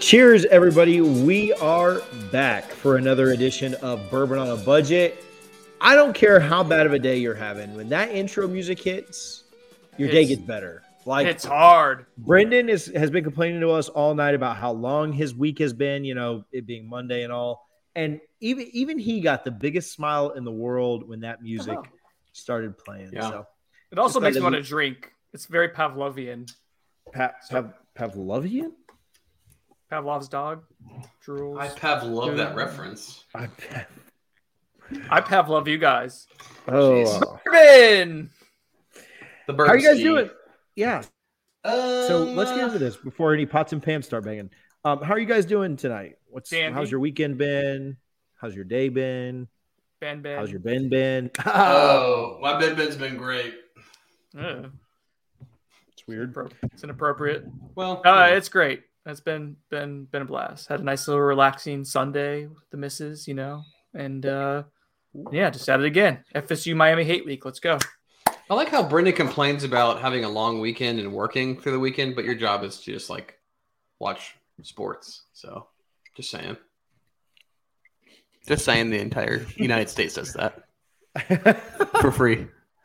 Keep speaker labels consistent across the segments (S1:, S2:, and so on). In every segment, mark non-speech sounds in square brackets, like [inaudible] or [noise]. S1: Cheers, everybody. We are back for another edition of Bourbon on a Budget. I don't care how bad of a day you're having. When that intro music hits, your day
S2: It's-
S1: gets better. Like
S2: It's hard.
S1: Brendan is has been complaining to us all night about how long his week has been, you know, it being Monday and all. And even even he got the biggest smile in the world when that music
S2: Oh.
S1: started playing.
S3: Yeah.
S1: So
S2: It also
S1: Just thought
S2: makes me
S1: that
S2: want to
S1: we-
S2: drink. It's very Pavlovian.
S1: pa- Pav- Pavlovian?
S2: Pavlov's dog. Drools.
S3: I
S2: I,
S3: Pavlov that reference.
S1: I, [laughs]
S2: Pavlov you guys.
S1: oh,
S3: Jeez.
S1: wow.
S2: Urban.
S3: The
S1: how are you guys
S3: Bernsky.
S1: doing? Yeah. So
S3: Um,
S1: let's get into this before any pots and pans start banging. Um, how are you guys doing tonight? What's
S2: Dandy.
S1: how's your weekend been? How's your day been?
S2: Ben Ben.
S1: How's your Ben
S3: [laughs]
S1: been?
S3: Oh, my Ben Ben's been great.
S2: Ugh,
S1: it's weird.
S2: appro- it's inappropriate.
S3: Well,
S2: Uh,
S3: yeah.
S2: it's great. It's been been been a blast. Had a nice little relaxing Sunday with the misses, you know. And uh yeah, just at it again. FSU Miami Hate Week. Let's go.
S3: I like how Brenda complains about having a long weekend and working through the weekend, but your job is to just like watch sports. So, just saying. Just saying, the entire United States does that for free.
S1: [laughs]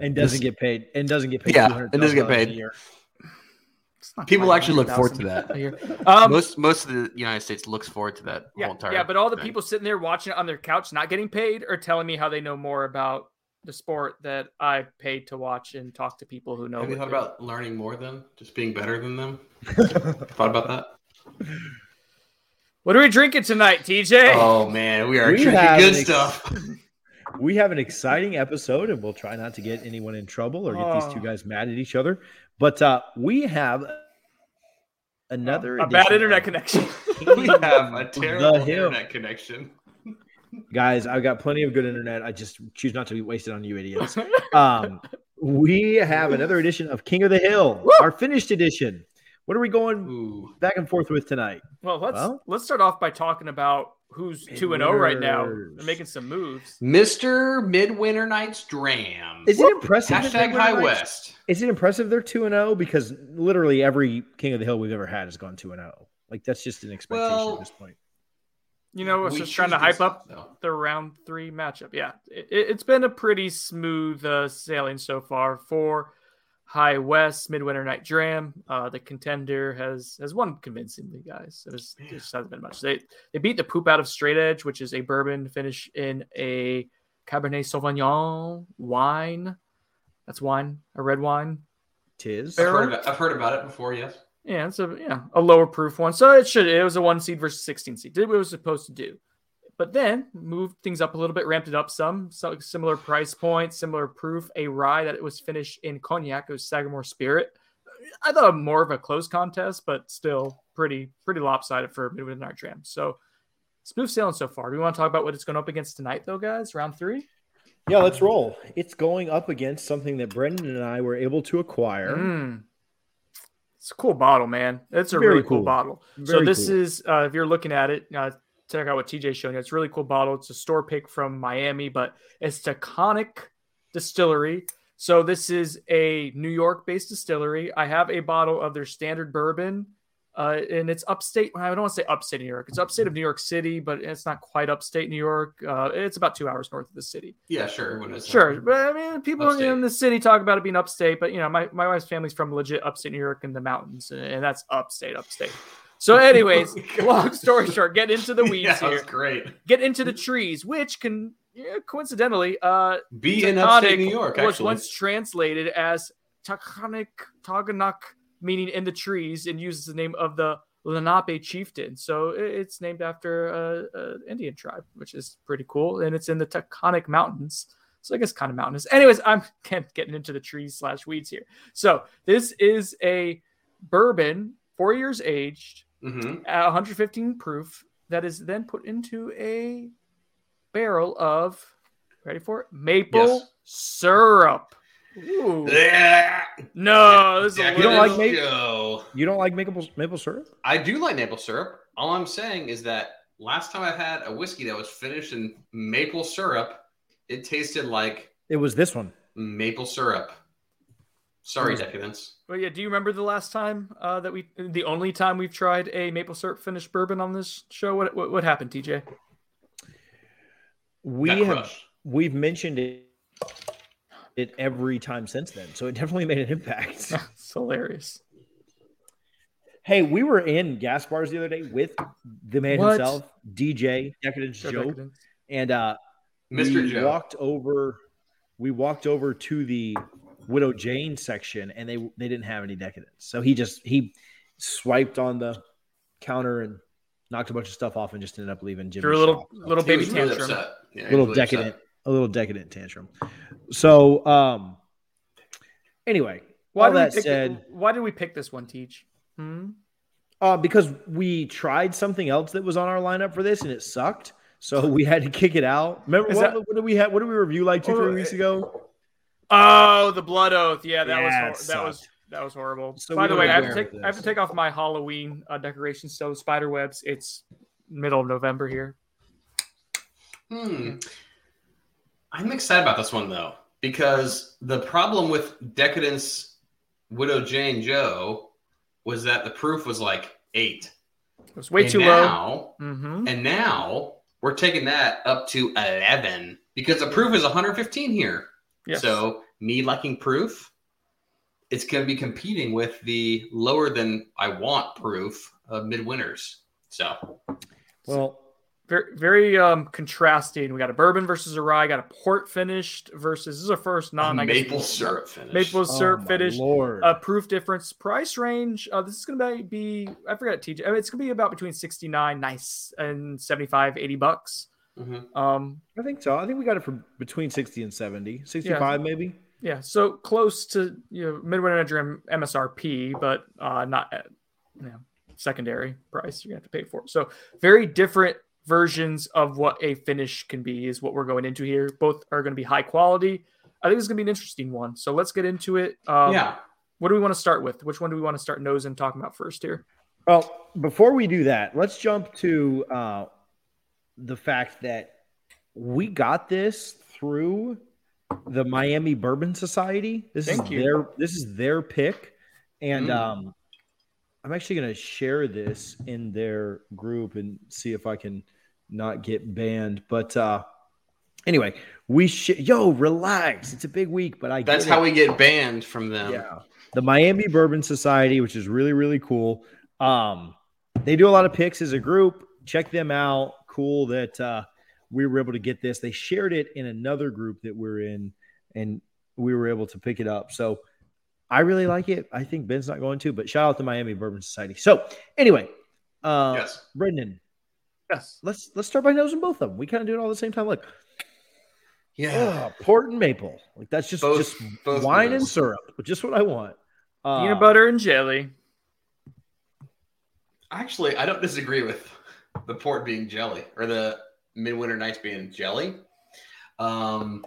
S1: and doesn't get paid. And doesn't get paid.
S3: Yeah, and doesn't get
S1: $200,000
S3: paid.
S1: a year.
S2: It's not
S3: People
S2: quite
S3: actually look forward to
S2: 100,000
S3: that.
S2: a year. Um,
S3: most most of the United States looks forward to that
S2: yeah,
S3: whole entire.
S2: yeah, but all the
S3: thing.
S2: people sitting there watching it on their couch, not getting paid, are telling me how they know more about the sport that I paid to watch and talk to people who know.
S3: Have you
S2: what
S3: thought
S2: they-
S3: about learning more than just being better
S1: [laughs]
S3: than them? thought about that?
S2: what are we drinking tonight, TJ?
S3: Oh man, we are
S1: We
S3: drinking
S1: have
S3: good
S1: an ex-
S3: stuff. [laughs]
S1: We have an exciting episode, and we'll try not to get anyone in trouble or get these two
S2: Oh.
S1: guys mad at each other. But uh, we have another
S2: a bad
S1: edition
S2: internet
S1: of
S2: connection. [laughs]
S3: we have a terrible
S1: The Hill.
S3: internet connection.
S1: guys i've got plenty of good internet i just choose not to be wasted on you idiots [laughs] um, we have another edition of king of the hill our finished edition what are we going
S3: Ooh.
S1: back and forth with tonight
S2: [laughs] Well, let's
S1: Well-
S2: let's start off by talking about who's two and zero right now.
S1: Midwinners.
S2: They're making some moves.
S3: Mr. Midwinter Nights Dram.
S1: is it impressive that they
S3: Hashtag
S1: were
S3: High
S1: like-
S3: West.
S1: is it impressive they're 2 and 0 because literally every king of the hill we've ever had has gone 2 and 0 like that's just an expectation
S3: Well-
S1: at this point
S2: You know, it's
S3: We
S2: just trying to
S3: choose
S2: hype
S3: this
S2: up
S3: stuff, though.
S2: the round three matchup. Yeah, it, it- it's been a pretty smooth uh, sailing so far for High West Midwinter Night Dram. Uh, the contender has has won convincingly, guys. It was it just hasn't been much. They they beat the poop out of Straight Edge, which is a bourbon finish in a Cabernet Sauvignon wine. That's wine, a red wine.
S1: tis
S3: I've
S2: Barrel?
S3: heard, about, I've heard about it before, yes.
S2: Yeah, it's a yeah a lower proof one. So it should it was a one seed versus sixteen seed. Did what it was supposed to do, but then moved things up a little bit, ramped it up some. So similar price point, similar proof. A rye that it was finished in cognac. It was Sagamore Spirit. I thought more of a close contest, but still pretty pretty lopsided for Midwinter Night Jam. So smooth sailing so far. Do we want to talk about what it's going up against tonight, though, guys? Round three.
S1: yeah let's roll it's going up against something that brendan and i were able to acquire
S2: Mm. It's a cool bottle, man. It's a
S1: Very
S2: really cool
S1: cool.
S2: bottle. so
S1: Very
S2: this
S1: cool.
S2: is uh, if you're looking at it, uh, check out what TJ's showing you. It's a really cool bottle. It's a store pick from Miami, but it's Taconic Distillery. So this is a New York-based distillery. I have a bottle of their standard bourbon, uh, and it's upstate. I don't want to say upstate New York. It's upstate of New York City, but it's not quite upstate New York. Uh, it's about two hours north of the city.
S3: Yeah, sure. What is it?
S2: Sure, but I mean, people in
S3: Upstate.
S2: the city talk about it being upstate, but you know, my, my wife's family's from legit upstate New York in the mountains, and- and that's upstate, upstate. So,
S3: [laughs]
S2: anyways, long story short, get into the weeds
S3: Oh yeah,
S2: here,
S3: that's great.
S2: get into the trees, which can yeah, coincidentally, uh,
S3: Be in
S2: Taconic
S3: upstate New York,
S2: was
S3: actually.
S2: once translated as Taconic Taganak, meaning in the trees, and uses the name of the Lenape chieftain. So it- it's named after an Indian tribe, which is pretty cool. And it's in the Taconic Mountains. So I guess kind of mountainous. Anyways, I'm [laughs] again, getting into the trees slash weeds here. So this is a bourbon, four years aged,
S3: Mm-hmm.
S2: at 115 proof, that is then put into a barrel of, ready for it, maple
S3: Yes.
S2: syrup. Ooh.
S3: Yeah.
S2: No, Oh, this is a
S3: Yeah,
S1: You don't
S2: little-
S1: like maple?
S3: go.
S1: You don't like maple maple syrup?
S3: I do like maple syrup. All I'm saying is that last time I had a whiskey that was finished in maple syrup, it tasted like
S1: It was this one.
S3: maple syrup. Sorry,
S2: Hmm.
S1: Mm.
S3: decadence.
S2: Well, yeah. Do you remember the last time uh, that we, the only time we've tried a maple syrup finished bourbon on this show? What what, what happened, TJ?
S1: We
S3: Got
S1: have
S3: crushed.
S1: we've mentioned it it every time since then. So it definitely made an
S2: [laughs]
S1: impact.
S2: [laughs] it's hilarious.
S1: hey, we were in gas bars the other day with the man
S2: What?
S1: himself, DJ Decadence
S2: Show
S1: Joe,
S2: decadence.
S1: and uh
S3: Mr.
S1: we
S3: Joe.
S1: walked over we walked over to the Widow Jane section and they they didn't have any decadence. So he just he swiped on the counter and knocked a bunch of stuff off and just ended up leaving Jimmy.
S2: Threw a little little
S3: He
S2: baby
S3: was really
S2: tantrum.
S3: upset. Yeah, he was
S1: little
S3: really upset.
S1: decadent, a little decadent tantrum. So, um, anyway,
S2: Why
S1: all
S2: did we
S1: that
S2: pick-
S1: said,
S2: why did we pick this one, Teach? Hmm?
S1: uh, because we tried something else that was on our lineup for this and it sucked, so [laughs] we had to kick it out. Remember
S2: Is
S1: what,
S2: that-
S1: what did we have? What did we review like two,
S2: Oh,
S1: three weeks ago?
S2: Oh, the blood oath. Yeah, that
S1: Yeah, it
S2: was hor- that was
S1: sucked.
S2: that was horrible.
S1: So
S2: By
S1: we
S2: the
S1: don't
S2: way, I have, to
S1: wear
S2: take,
S1: this.
S2: I have to take off my Halloween uh, decoration so spider webs. It's middle of November here.
S3: Hmm. I'm excited about this one though, because the problem with Decadence Widow Jane Joe was that the proof was like eight.
S2: It was way
S3: And
S2: too
S3: now-
S2: low. hmm
S3: And now we're taking that up to eleven because the proof is 115 here.
S2: Yes.
S3: So me liking proof, it's going to be competing with the lower than I want proof of midwinters. So
S1: Well,
S2: very very um contrasting. We got a bourbon versus a rye. Got a port finished versus this is a first non I guess-
S3: maple syrup finish.
S2: Maple syrup
S1: Oh, my
S2: finished.
S1: Lord,
S2: Uh, proof difference price range. Uh, this is gonna be I forgot TJ. I mean, it's gonna be about between sixty nine nice and 75, 80 bucks.
S3: Mhm.
S2: Um,
S1: I think so. I think we got it for between 60 and 70, 65 maybe.
S2: Yeah, so close to you know midwinter Energy M- MSRP, but uh, not at, you know, secondary price. You're gonna have to pay for it. So very different versions of what a finish can be is what we're going into here. Both are going to be high quality. I think it's going to be an interesting one. So let's get into it. Um,
S3: yeah.
S2: What do we want to start with? Which one do we want to start nosing and talking about first here?
S1: Well, before we do that, let's jump to uh, the fact that we got this through the Miami Bourbon Society. This
S2: Thank
S1: is
S2: you.
S1: their this is their pick, and
S3: Mm.
S1: um, I'm actually going to share this in their group and see if I can not get banned. But uh, anyway, we sh- yo relax. It's a big week, but I
S3: That's
S1: get it.
S3: how we get banned from them.
S1: Yeah. The Miami Bourbon Society, which is really, really cool. Um, they do a lot of picks as a group. Check them out. Cool that uh, we were able to get this. They shared it in another group that we're in, and we were able to pick it up. So I really like it. I think Ben's not going to, but shout out to Miami Bourbon Society. So anyway, uh,
S3: yes.
S1: Brendan,
S2: Yes.
S1: let's let's start by nosing both of them. We kind of do it all at the same time. Look,
S3: Yeah.
S1: oh, port and maple. Like that's just
S3: Both-
S1: just
S3: both
S1: wine and
S3: those.
S1: syrup. Just what I want. Uh,
S2: Peanut butter and jelly.
S3: Actually, I don't disagree with the port being jelly or the midwinter nights being jelly. Um,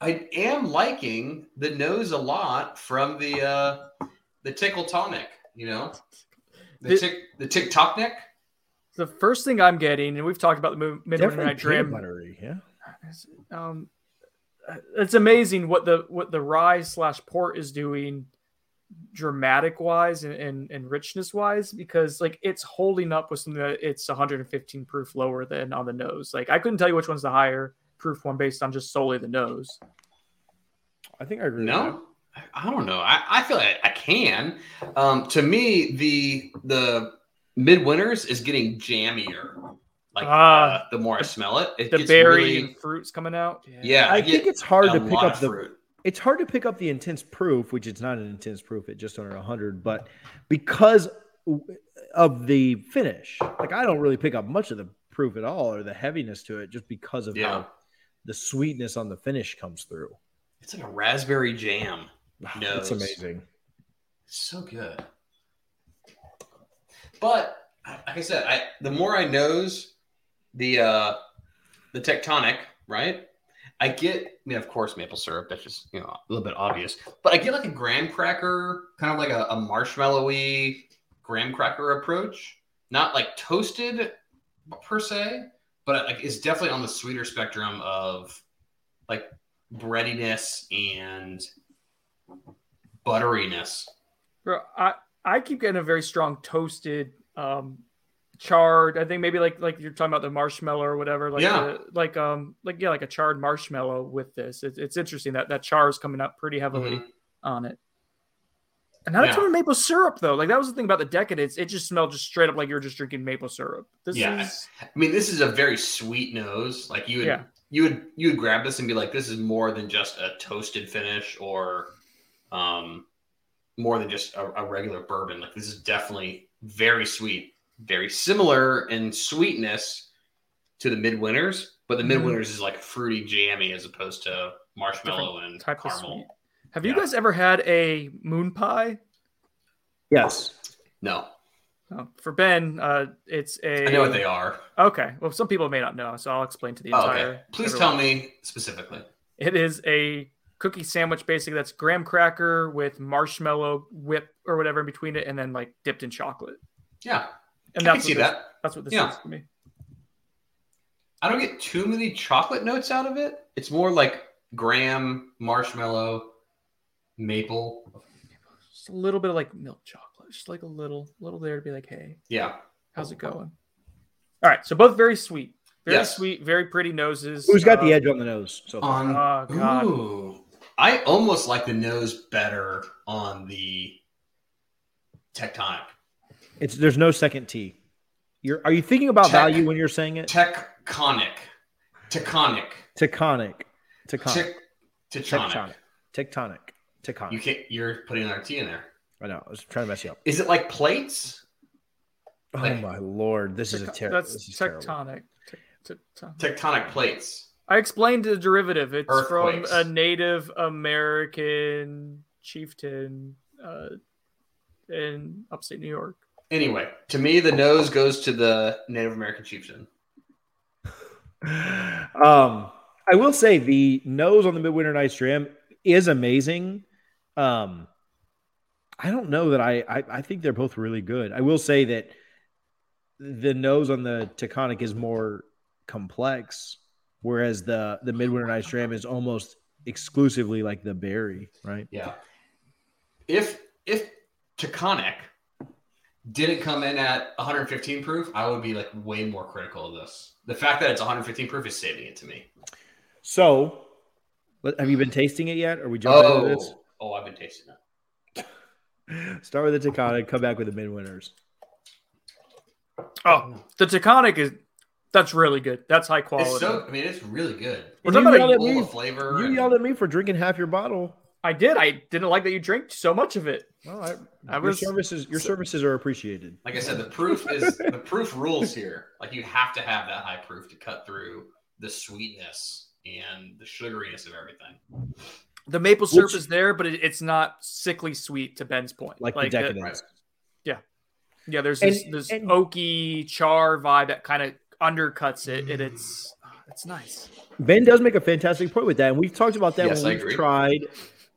S3: I am liking the nose a lot from the uh, the tickle tonic. You know, the
S2: Did-
S3: tick the tick tock neck.
S2: The first thing I'm getting, and we've talked about the mid- midwinter
S1: Definitely
S2: night
S1: peanut
S2: dream.
S1: buttery, yeah.
S2: It's, um, it's amazing what the what the rye slash port is doing dramatic wise and, and, and richness wise because like it's holding up with something that it's 115 proof lower than on the nose like i couldn't tell you which one's the higher proof one based on just solely the nose
S1: I think I agree. with
S3: No, I, I don't know. I, I feel like I can. Um, to me, the the midwinters is getting jammier. Like
S2: Ah.
S3: uh, the more I smell it, it
S2: the
S3: gets
S2: berry
S3: really-
S2: and fruits coming out
S1: that.
S3: yeah,
S1: I think it's hard to pick up the
S3: fruit.
S1: it's hard to pick up the intense proof, which it's not an intense proof at just under 100, but because of the finish. Like I don't really pick up much of the proof at all or the heaviness to it just because of
S3: Yeah.
S1: how the sweetness on the finish comes through. [sighs]
S3: It's like a raspberry jam.
S1: No, It's
S3: Nose.
S1: amazing.
S3: So good. But like I said, I the more I knows the uh the tectonic, right? I get, I mean, of course, maple syrup. That's just you know a little bit obvious. But I get like a graham cracker, kind of like a, a marshmallowy graham cracker approach. Not like toasted per se, but like it's definitely on the sweeter spectrum of like breadiness and butteriness.
S2: Bro, I I keep getting a very strong toasted, um, charred. I think maybe like like you're talking about the marshmallow or whatever. Like
S3: Yeah.
S2: the- like um like yeah like a charred marshmallow with this. It's it's interesting that that char is coming up pretty heavily on it. And not a
S3: Mm-hmm. Yeah.
S2: ton of maple syrup though. Like that was the thing about the decadence. It just smelled just straight up like you were just drinking maple syrup. This
S3: Yeah.
S2: is
S3: I mean, this is a very sweet nose. Like you would,
S2: Yeah.
S3: you would, you would grab this and be like, this is more than just a toasted finish or, um, more than just a, a regular bourbon. Like this is definitely very sweet, very similar in sweetness to the midwinters, but the
S2: Mhm.
S3: midwinters is like fruity, jammy as opposed to marshmallow and
S2: type of sweet.
S3: caramel.
S2: Have you
S3: Yeah.
S2: guys ever had a moon pie?
S1: Yes.
S3: No,
S2: Oh, for Ben, uh, it's a
S3: I know what they are.
S2: Okay. Well, some people may not know, so I'll explain to the
S3: Oh,
S2: entire.
S3: okay. Please
S2: everyone.
S3: tell me specifically.
S2: It is a cookie sandwich, basically. That's graham cracker with marshmallow whip or whatever in between it, and then like dipped in chocolate.
S3: Yeah,
S2: And
S3: I can
S2: that's
S3: see
S2: what this,
S3: that.
S2: That's what this
S3: Yeah.
S2: is for me.
S3: I don't get too many chocolate notes out of it. It's more like graham, marshmallow, maple.
S2: Just a little bit of like milk chocolate, just like a little, little there to be like, hey,
S3: Yeah.
S2: how's it going? All right. So both very sweet, very
S3: Oh, Yes.
S2: sweet, very pretty noses.
S1: Who's got the
S2: Uh,
S1: edge on the nose? So far?
S3: On
S2: Oh god.
S3: ooh, I almost like the nose better on the tectonic.
S1: it's there's no second T. You're are you thinking about
S3: Tech.
S1: value when you're saying it?
S3: Tectonic. Tectonic.
S1: Tectonic. Tectonic.
S3: Tec- Tectonic.
S1: Tectonic. Tectonic.
S3: You
S1: Tectonic.
S3: can't. You're putting another T in there.
S1: I know. I was trying to mess you up.
S3: Is it like plates?
S1: Oh
S3: Like-
S1: my lord, this is a
S2: Tec-
S1: terrible. This
S2: That's
S1: is terrible.
S2: tectonic. Tec- tectonic.
S3: Tectonic plates.
S2: I explained the derivative. It's from
S3: Earthquakes.
S2: a Native American chieftain uh, in upstate New York.
S3: Anyway, to me, the nose goes to the Native American chieftain.
S1: [laughs] Um, I will say the nose on the Midwinter Night's Dream is amazing. Um, I don't know that I, I I think they're both really good. I will say that the nose on the Taconic is more complex, whereas the the Midwinter Night's Dream is almost exclusively like the berry, right?
S3: Yeah. If if Taconic didn't come in at 115 proof, I would be like way more critical of this. The fact that it's 115 proof is saving it to me.
S1: So, let- have you been tasting it yet? Are we jumping into
S3: Oh,
S1: this?
S3: oh, I've been tasting it.
S1: Start with the Taconic, come back with the Midwinters.
S2: Oh, the Taconic is that's really good. That's high quality.
S3: It's so. I mean, it's really good.
S2: We're
S1: And you
S2: talking about
S1: yelled
S2: a
S1: at
S3: Full
S1: me.
S3: of flavor.
S1: You
S3: and-
S1: yelled at me for drinking half your bottle.
S2: I did. I didn't like that you drank so much of it.
S1: Well, I,
S2: I
S1: your
S2: was-
S1: services your services are appreciated.
S3: like I said, the proof is the proof rules here. Like you have to have that high proof to cut through the sweetness and the sugariness of everything.
S2: The maple syrup
S1: Which-
S2: is there, but it, it's not sickly sweet to Ben's point.
S1: Like, the
S2: that-
S1: decadence.
S3: Right.
S2: yeah, there's
S1: And-
S2: this, this
S1: and-
S2: oaky char vibe that kind of undercuts it, and
S1: Mm.
S2: it's it's nice.
S1: Ben does make a fantastic point with that, and we've talked about that
S3: Yes, I
S1: when we've
S3: agree.
S1: tried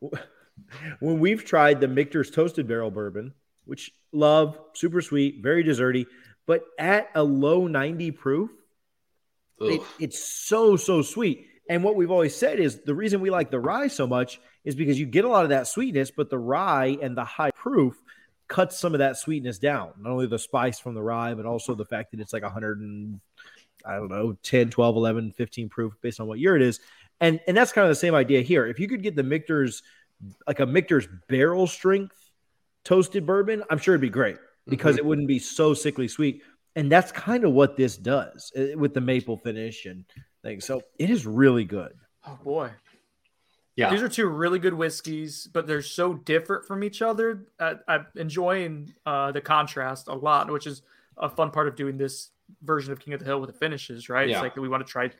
S1: [laughs] when we've tried the Michter's toasted barrel bourbon, which love, super sweet, very desserty, but at a low 90 proof, it,
S3: Oof.
S1: it's so so sweet. And what we've always said is the reason we like the rye so much is because you get a lot of that sweetness, but the rye and the high proof cuts some of that sweetness down. Not only the spice from the rye, but also the fact that it's like 100 and I don't know, 10, 12, 11, 15 proof based on what year it is. And and that's kind of the same idea here. If you could get the Michter's like a Michter's barrel strength toasted bourbon, I'm sure it'd be great
S3: Mm-hmm.
S1: because it wouldn't be so sickly sweet. And that's kind of what this does uh, eh, with the maple finish and things. So it is really good.
S2: Oh boy,
S3: Yeah.
S2: These are two really good whiskeys, but they're so different from each other. I, I'm enjoying uh, the contrast a lot, which is a fun part of doing this version of King of the Hill with the finishes, right?
S3: Yeah.
S2: It's like we want to try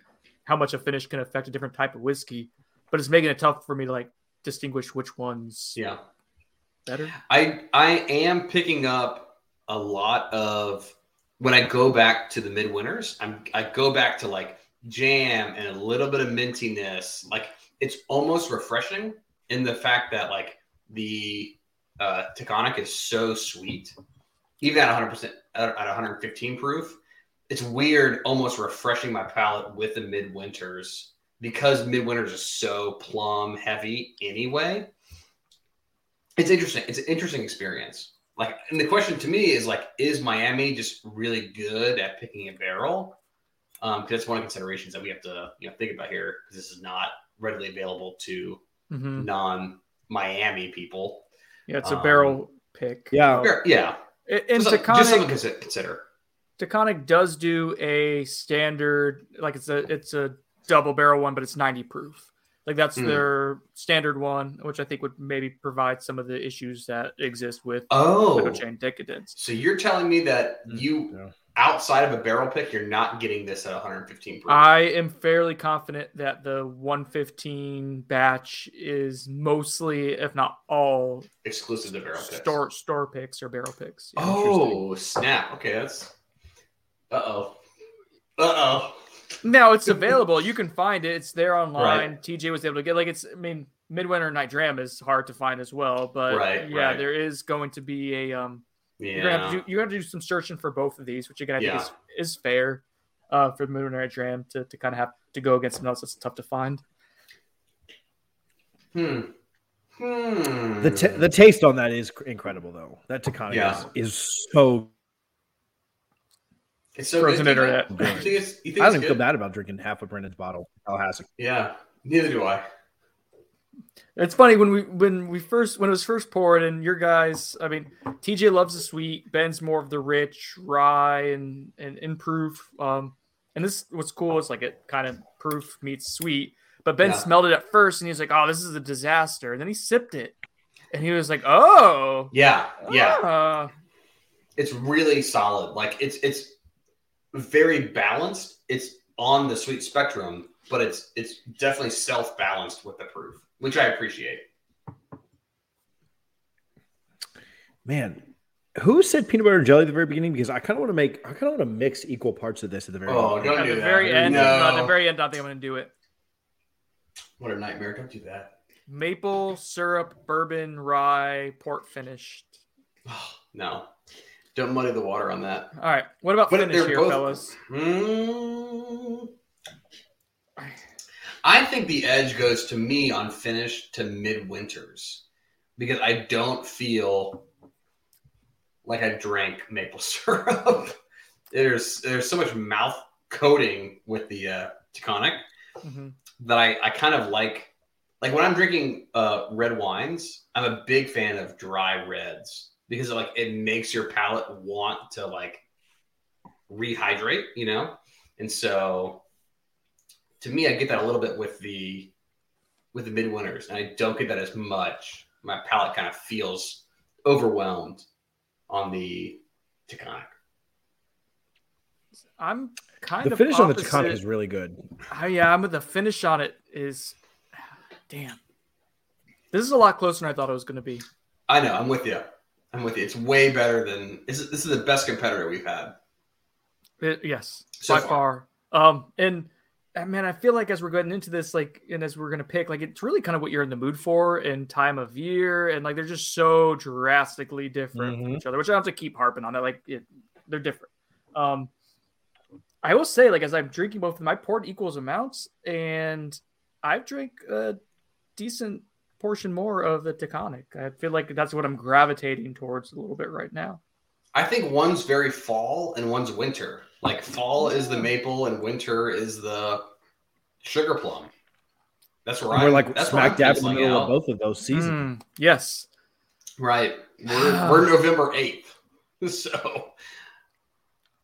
S2: how much a finish can affect a different type of whiskey, but it's making it tough for me to like distinguish which one's
S3: Yeah.
S2: better.
S3: I I am picking up a lot of when I go back to the midwinters. I'm I go back to like jam and a little bit of mintiness. Like it's almost refreshing in the fact that like the uh, Taconic is so sweet, even at 100 percent at 115 proof. It's weird, almost refreshing my palate with the midwinters because midwinters is so plum heavy anyway it's interesting. It's an interesting experience. Like, and the question to me is like, is Miami just really good at picking a barrel? Um, 'cause that's one of the considerations that we have to you know think about here because this is not readily available to
S2: Mm-hmm.
S3: non-Miami people.
S2: Yeah, it's a
S3: Um,
S2: barrel pick.
S1: yeah.
S2: Uh,
S3: Fair- Yeah,
S2: a- and
S3: just, like- just something
S2: Taconic,
S3: to consi- consider.
S2: Taconic does do a standard, like it's a it's a double barrel one, but it's 90 proof. Like that's
S3: Mm.
S2: their standard one, which I think would maybe provide some of the issues that exist with
S3: Oh,
S2: Liquid chain decadence.
S3: so you're telling me that
S2: Hmm.
S3: you
S1: Yeah.
S3: outside of a barrel pick, you're not getting this at 115 proof.
S2: I am fairly confident that the 115 batch is mostly, if not all,
S3: exclusive to barrel picks.
S2: store store picks or barrel picks. Yeah, interesting.
S3: Oh snap! Okay, that's uh oh, uh oh.
S2: Now
S3: [laughs]
S2: it's available. You can find it. It's there online. TJ was able to get like it's. I mean, Midwinter Night Dram is hard to find as well, but
S3: Right,
S2: yeah,
S3: right.
S2: there is going to be a um.
S3: Yeah,
S2: You're gonna have to do. You're gonna have to do some searching for both of these, which again I
S3: Yeah.
S2: think is is fair. Uh, for Midwinter Night Dram to, to kind of have to go against something else that's tough to find.
S3: Hmm. Hmm.
S1: The, t- the taste on that is cr- incredible, though. That Taconic
S3: Yeah.
S1: is, is so
S3: it's so
S2: frozen
S3: good,
S2: internet.
S3: You think it's, you think
S1: I
S3: it's
S1: don't
S3: good?
S1: feel bad about drinking half of Brendan's bottle. Tallahassee.
S3: Yeah. Neither do I.
S2: It's funny when we when we first when it was first poured and your guys I mean TJ loves the sweet Ben's more of the rich rye and and improve um and this what's cool is like it kind of proof meets sweet but Ben
S3: Yeah.
S2: smelled it at first and he was like oh this is a disaster and then he sipped it and he was like oh
S3: Yeah. Yeah.
S2: ah."
S3: It's really solid. Like it's it's very balanced. It's on the sweet spectrum, but it's it's definitely self balanced with the proof, which I appreciate.
S1: Man, who said peanut butter and jelly at the very beginning? Because I kind of want to make, I kind of want to mix equal parts of this at the very.
S3: Oh,
S1: beginning.
S3: don't
S2: at
S3: do
S2: the
S3: that.
S2: very end
S3: No.
S2: at the very end I think I'm gonna do it
S3: What a nightmare! Don't do that.
S2: maple syrup bourbon rye port finished
S3: no, don't muddy the water on that.
S2: all right what about
S3: But
S2: finish
S3: they're
S2: here
S3: both-
S2: fellas.
S3: Mm. I think the edge goes to me on finish to midwinters because I don't feel like I drank maple [laughs] syrup. there's there's so much mouth coating with the uh, taconic
S2: Mhm.
S3: that I, I kind of like like when I'm drinking uh, red wines, I'm a big fan of dry reds because like it makes your palate want to like rehydrate, you know? And so to me I get that a little bit with the with the midwinters and I don't get that as much. My palate kind of feels overwhelmed on the Taconic.
S2: I'm kind
S1: the
S2: of
S1: finish on the
S2: opposite.
S1: Taconic is really good.
S2: Oh, yeah, I'm the finish on it is [sighs] damn. This is a lot closer than I thought it was going to be.
S3: I know, I'm with you. I'm with you. It's way better than this is, this is the best competitor we've had.
S2: It- yes,
S3: So
S2: by far. Um, and uh, man, I feel like as we're getting into this, like, and as we're going to pick, like, it's really kind of what you're in the mood for and time of year, and like they're just so drastically different from
S1: Mhm.
S2: each other, which I have to keep harping on that. Like, it, they're different. Um, I will say, like, as I'm drinking both, of them, I poured equals amounts, and I've drank a decent portion more of the Taconic. I feel like that's what I'm gravitating towards a little bit right now.
S3: I think one's very fall and one's winter. Like fall is the maple and winter is the sugar plum. That's where
S1: And
S3: I'm.
S1: we're like
S3: that's where
S1: smack
S3: I'm
S1: dab in the
S3: penciling
S1: middle
S3: out.
S1: of both of those seasons.
S2: Mm, yes,
S3: Right.
S1: [sighs]
S3: We're, we're November eighth, [laughs] so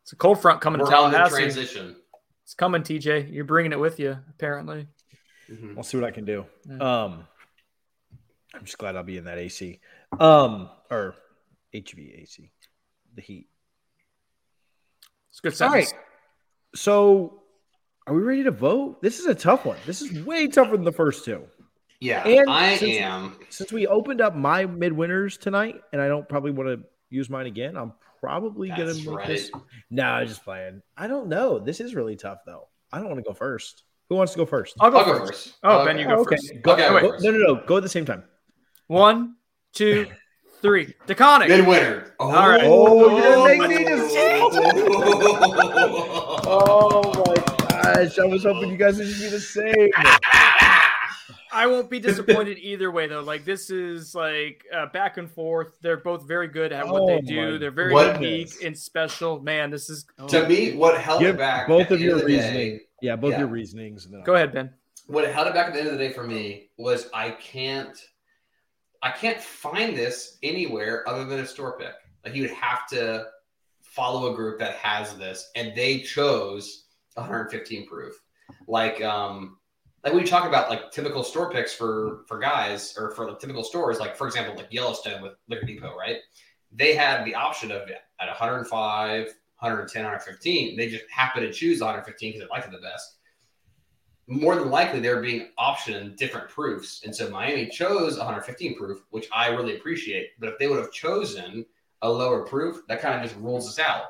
S2: It's a cold front coming to
S3: we're on the
S2: Tallahassee.
S3: transition.
S2: It's coming, TJ. You're bringing it with you, apparently.
S3: Mhm.
S1: I'll see what I can do.
S2: Mm.
S1: Um, I'm just glad I'll be in that AC, um, or HVAC, the heat.
S2: It's a good
S1: All
S2: sentence.
S1: right. So, are we ready to vote? This is a tough one. This is way tougher than the first two.
S3: Yeah,
S1: And
S3: I
S1: since-
S3: am.
S1: Since we opened up my midwinners tonight, and I don't probably want to use mine again, I'm probably gonna
S3: That's
S1: make
S3: right.
S1: this. No, I'm just playing. I don't know. This is really tough though. I don't want to go first. Who wants to go first?
S2: I'll go,
S3: I'll go
S2: first.
S3: first.
S2: Oh,
S3: I'll
S2: Ben, you go
S1: okay.
S2: first.
S1: Go-
S3: Okay,
S2: Oh, wait.
S1: go- no, no, no. Go at the same time.
S2: One, two,
S1: [laughs]
S2: three. DeConnick.
S3: Midwinter. Oh,
S2: All right.
S1: Oh, you're gonna make me
S3: [laughs] oh
S1: Gosh, I was hoping you guys would just be the same.
S2: I won't be disappointed either way, though. Like this is like uh, back and forth. They're both very good at what
S1: Oh
S2: they
S1: my
S2: do. They're very
S3: goodness.
S2: unique and special. Man, this is. Oh.
S3: To me, what held
S1: Give
S3: it back
S1: Oh. both
S3: at the
S1: of
S3: end
S1: your
S3: the
S1: reasoning.
S3: day-
S1: Yeah, both
S3: Yeah.
S1: your reasonings. And then
S2: Go ahead, Ben.
S3: what held it back at the end of the day for me was I can't, I can't find this anywhere other than a store pick. Like you would have to follow a group that has this, and they chose 115 proof. Like, um, like we talk about like typical store picks for for guys or for like typical stores. Like for example, like Yellowstone with Liquor Depot, right? They had the option of at 105, 110, 115. They just happened to choose 115 because they liked it the best more than likely they were being optioned different proofs. And so Miami chose 115 proof, which I really appreciate. But if they would have chosen a lower proof, that kind of just rules us out.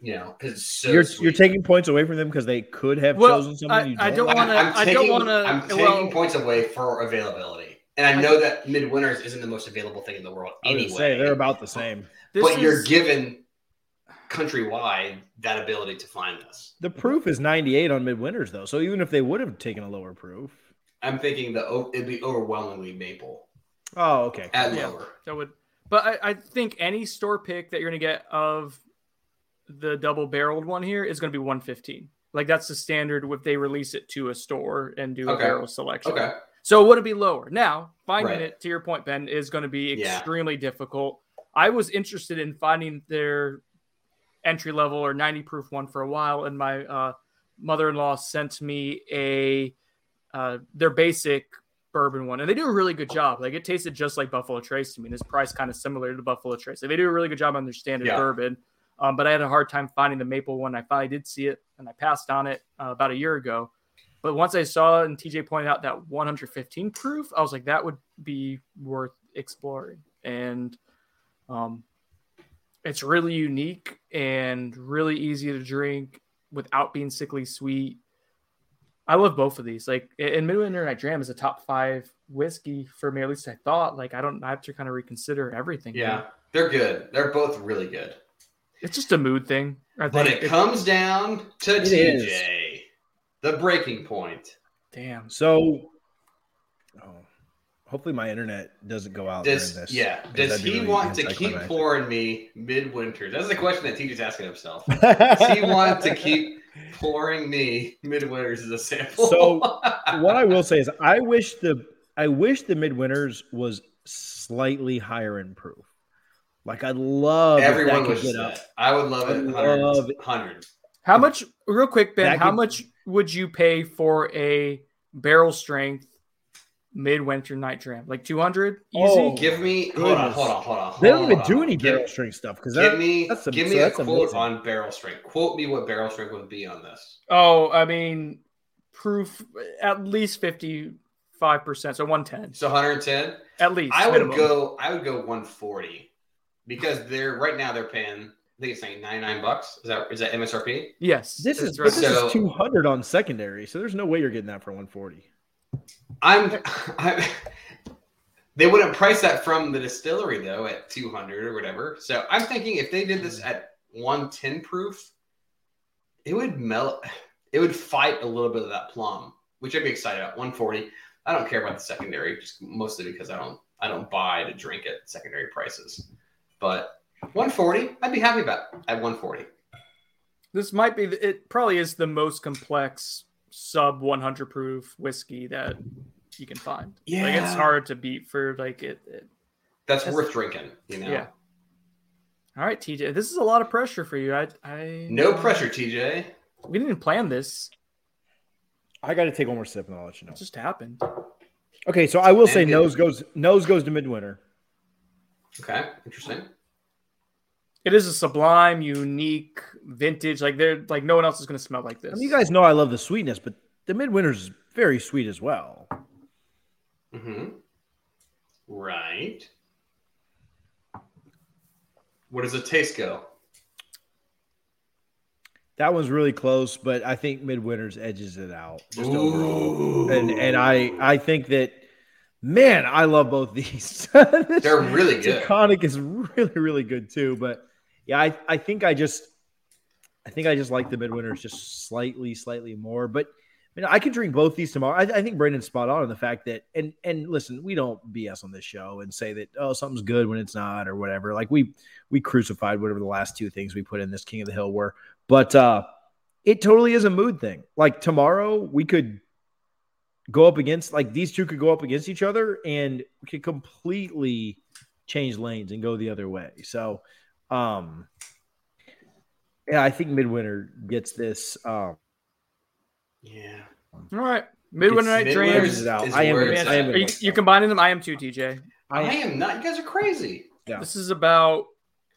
S3: You know, because it's so
S1: you're
S3: sweet.
S1: you're taking points away from them because they could have
S2: Well,
S1: chosen something. you
S2: I don't
S3: I'm-
S2: wanna-
S3: I'm
S2: I don't
S3: taking-
S2: wanna-
S3: I'm taking
S2: well-
S3: points away for availability. And I
S2: I-
S3: know that midwinters isn't the most available thing in the world
S1: I was
S3: anyway.
S1: gonna say they're about the same.
S2: This
S3: but you're
S2: is-
S3: given countrywide that ability to find this.
S1: The proof is 98 on midwinters though, so even if they would have taken a lower proof,
S3: I'm thinking the o- it'd be overwhelmingly maple
S1: oh okay,
S3: at
S2: Yeah.
S3: lower.
S2: That would, but I, I think any store pick that you're gonna get of the double barreled one here is gonna be 115. Like that's the standard if they release it to a store and do
S3: Okay.
S2: a barrel selection.
S3: Okay.
S2: So would it be lower? Now finding
S3: Right.
S2: it to your point, Ben, is going to be
S3: Yeah.
S2: extremely difficult. I was interested in finding their entry level or 90 proof one for a while, and my uh, mother-in-law sent me a uh, their basic bourbon one, and they do a really good job. Like it tasted just like Buffalo Trace to me, and it's priced kind of similar to Buffalo Trace. Like, they do a really good job on their standard
S3: Yeah.
S2: bourbon, um, but I had a hard time finding the maple one. I finally did see it, and I passed on it uh, about a year ago. But once I saw it, and TJ pointed out that 115 proof, I was like, that would be worth exploring. And um, it's really unique and really easy to drink without being sickly sweet. I love both of these. Like, and Midwinter Night Dram is a top five whiskey for me. At least I thought. Like, I don't. I have to kind of reconsider everything. here.
S3: Yeah. They're good. They're both really good.
S2: it's just a mood thing. I
S3: But
S2: think.
S3: it comes down to
S1: It
S3: TJ,
S1: is.
S3: the breaking point.
S2: Damn.
S1: so. Oh, hopefully my internet doesn't go out
S3: Does
S1: during this. [laughs]
S3: yeah?
S1: 'cause
S3: Does
S1: that'd be
S3: he
S1: really
S3: want to keep
S1: anticlimactic.
S3: pouring me midwinter? That's the question that TJ's asking himself. Does he want to keep pouring me midwinters as a sample? [laughs]
S1: So, what I will say is I wish the I wish the midwinters was slightly higher in proof. Like I'd love if
S3: everyone
S1: that could
S3: wishes
S1: get up.
S3: that. I would love
S1: I
S3: it.
S1: love
S3: Hundred.
S1: it.
S3: Hundred.
S2: How much? Real quick, Ben.
S1: That
S2: how
S1: could-
S2: much would you pay for a barrel strength midwinter night dram? Like 200? Easy.
S1: Oh.
S3: Give me. Hold on.
S1: Goodness.
S3: Hold on. Hold on. Hold
S1: They don't
S3: on,
S1: even
S3: hold
S1: do
S3: on.
S1: any
S3: Give-
S1: barrel string stuff because
S3: Give
S1: that
S3: me.
S1: that's a-
S3: give
S1: so
S3: me a
S1: that's
S3: quote
S1: amazing.
S3: on barrel strength. Quote me what barrel strength would be on this.
S2: Oh, I mean, proof at least 55%, so 110,
S3: So 110.
S2: at least.
S3: I would
S2: minimum.
S3: go. I would go 140 because they're right now they're paying. I think it's like 99 bucks. Is that is that MSRP?
S2: Yes.
S1: this is
S2: that's
S1: but
S2: right.
S1: this
S3: So-
S1: is two hundred on secondary, so there's no way you're getting that for one forty.
S3: I'm. [laughs] I'm they wouldn't price that from the distillery though at 200 or whatever. So I'm thinking if they did this
S2: Hmm.
S3: at 110 proof, it would melt. It would fight a little bit of that plum, which I'd be excited about. 140. I don't care about the secondary, just mostly because I don't. I don't buy to drink at secondary prices, but 140, I'd be happy about at 140.
S2: This might be, the, it probably is the most complex sub 100 proof whiskey that you can find. Like, it's
S3: Yeah.
S2: hard to beat for, like, it. it-
S3: That's,
S2: That's-
S3: worth drinking, you know.
S2: Yeah. All right, TJ, this is a lot of pressure for you. I, I
S3: No pressure, TJ.
S2: We didn't plan this.
S1: I got to take one more sip and I'll let you know.
S2: It just happened.
S1: Okay, so I will say
S3: And it-
S1: nose goes nose goes to midwinter.
S3: Okay, interesting.
S2: It is a sublime, unique, vintage. Like they're like no one else is gonna smell like this.
S1: I mean, you guys know I love the sweetness, but the midwinter's very sweet as well.
S3: Mm-hmm. Right. Where does the taste go?
S1: That one's really close, but I think midwinter's edges it out just
S3: Ooh.
S1: overall. And and I I think that man, I love both these. [laughs] This-
S3: they're really
S1: It's
S3: good.
S1: Iconic is really, really good too. But yeah, I, I think I just I think I just like the midwinters just slightly, slightly more. But I mean, I could drink both these tomorrow. I, I think Brandon's spot on in the fact that and and listen, we don't BS on this show and say that oh something's good when it's not or whatever. Like we we crucified whatever the last two things we put in this King of the Hill were. But uh it totally is a mood thing. Like tomorrow we could go up against like these two could go up against each other and we could completely change lanes and go the other way. So, um, yeah, I think Midwinter gets this. Um,
S3: yeah.
S2: All right. Midwinter night
S3: Midwinter's
S2: dreams.
S1: is out.
S3: is
S1: I am.
S3: where it's
S1: I am.
S3: at.
S2: Are you, you're combining them. I am too, TJ.
S3: I
S1: I,
S3: am not. You guys are crazy.
S1: Yeah.
S2: This is about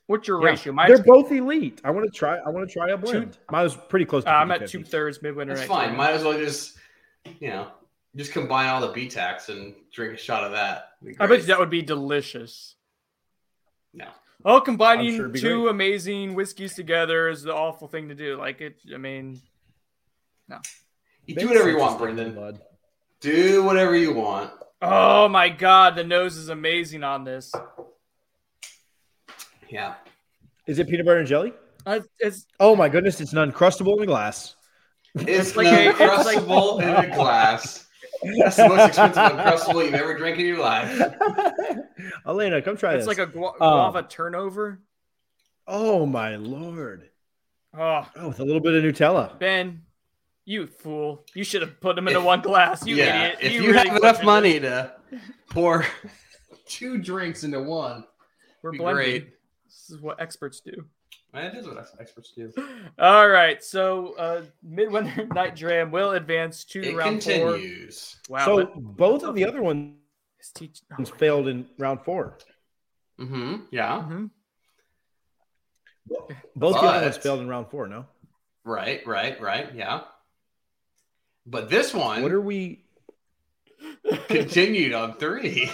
S2: what's your
S1: Yeah.
S2: ratio? Mine's,
S1: they're both elite. I want to try. I want to try a blend. Mine was pretty close.
S2: uh,
S1: To
S2: I'm at
S1: 50-50.
S2: two thirds midwinter.
S3: That's
S2: night
S3: fine.
S2: dreams.
S3: Might as well just, you know, just combine all the BTACs and drink a shot of that.
S2: I
S3: Be
S2: bet
S3: great.
S2: you that would be delicious.
S3: No.
S2: Oh,
S1: I'm
S2: combining
S1: sure it'd be
S2: two
S1: great.
S2: amazing whiskeys together is the awful thing to do. Like it, I mean,
S3: You
S1: That's
S3: do whatever you want,
S1: interesting,
S3: Brendan.
S1: bud.
S3: Do whatever you want.
S2: oh my god, the nose is amazing on this.
S3: Yeah.
S1: Is it peanut butter and jelly?
S2: Uh, it's
S1: Oh my goodness! It's an uncrustable in a glass.
S3: It's,
S2: like
S3: like an
S2: a- it's like-
S3: Uncrustable in a glass. That's the most expensive Uncrustable you've ever drank in your life.
S1: [laughs] Elena, come try
S2: it's
S1: this.
S2: like a gua- guava turnover.
S1: oh my lord!
S2: Oh,
S1: Oh, with a little bit of Nutella.
S2: Ben, you fool! You should have put them into
S3: If-
S2: one glass. You
S3: yeah.
S2: idiot!
S3: If you,
S2: really
S3: have enough
S2: butchered
S3: money
S2: this.
S3: to pour [laughs] two drinks into one,
S2: we're
S3: be
S2: blending.
S3: great.
S2: This is what experts do.
S3: that is what experts do.
S2: All right, so uh, midwinter [laughs] night dram will advance to
S3: It
S2: round
S3: continues.
S2: four. Wow,
S1: so
S2: but
S1: both of the other ones
S2: his teach- oh,
S1: failed in round four.
S3: hmm Yeah.
S2: Mhm.
S1: Both the other
S3: But-
S1: ones failed in round four. No.
S3: Right. Right. Right. Yeah. But this one
S1: What are we?
S3: continued on
S2: [laughs]
S3: three.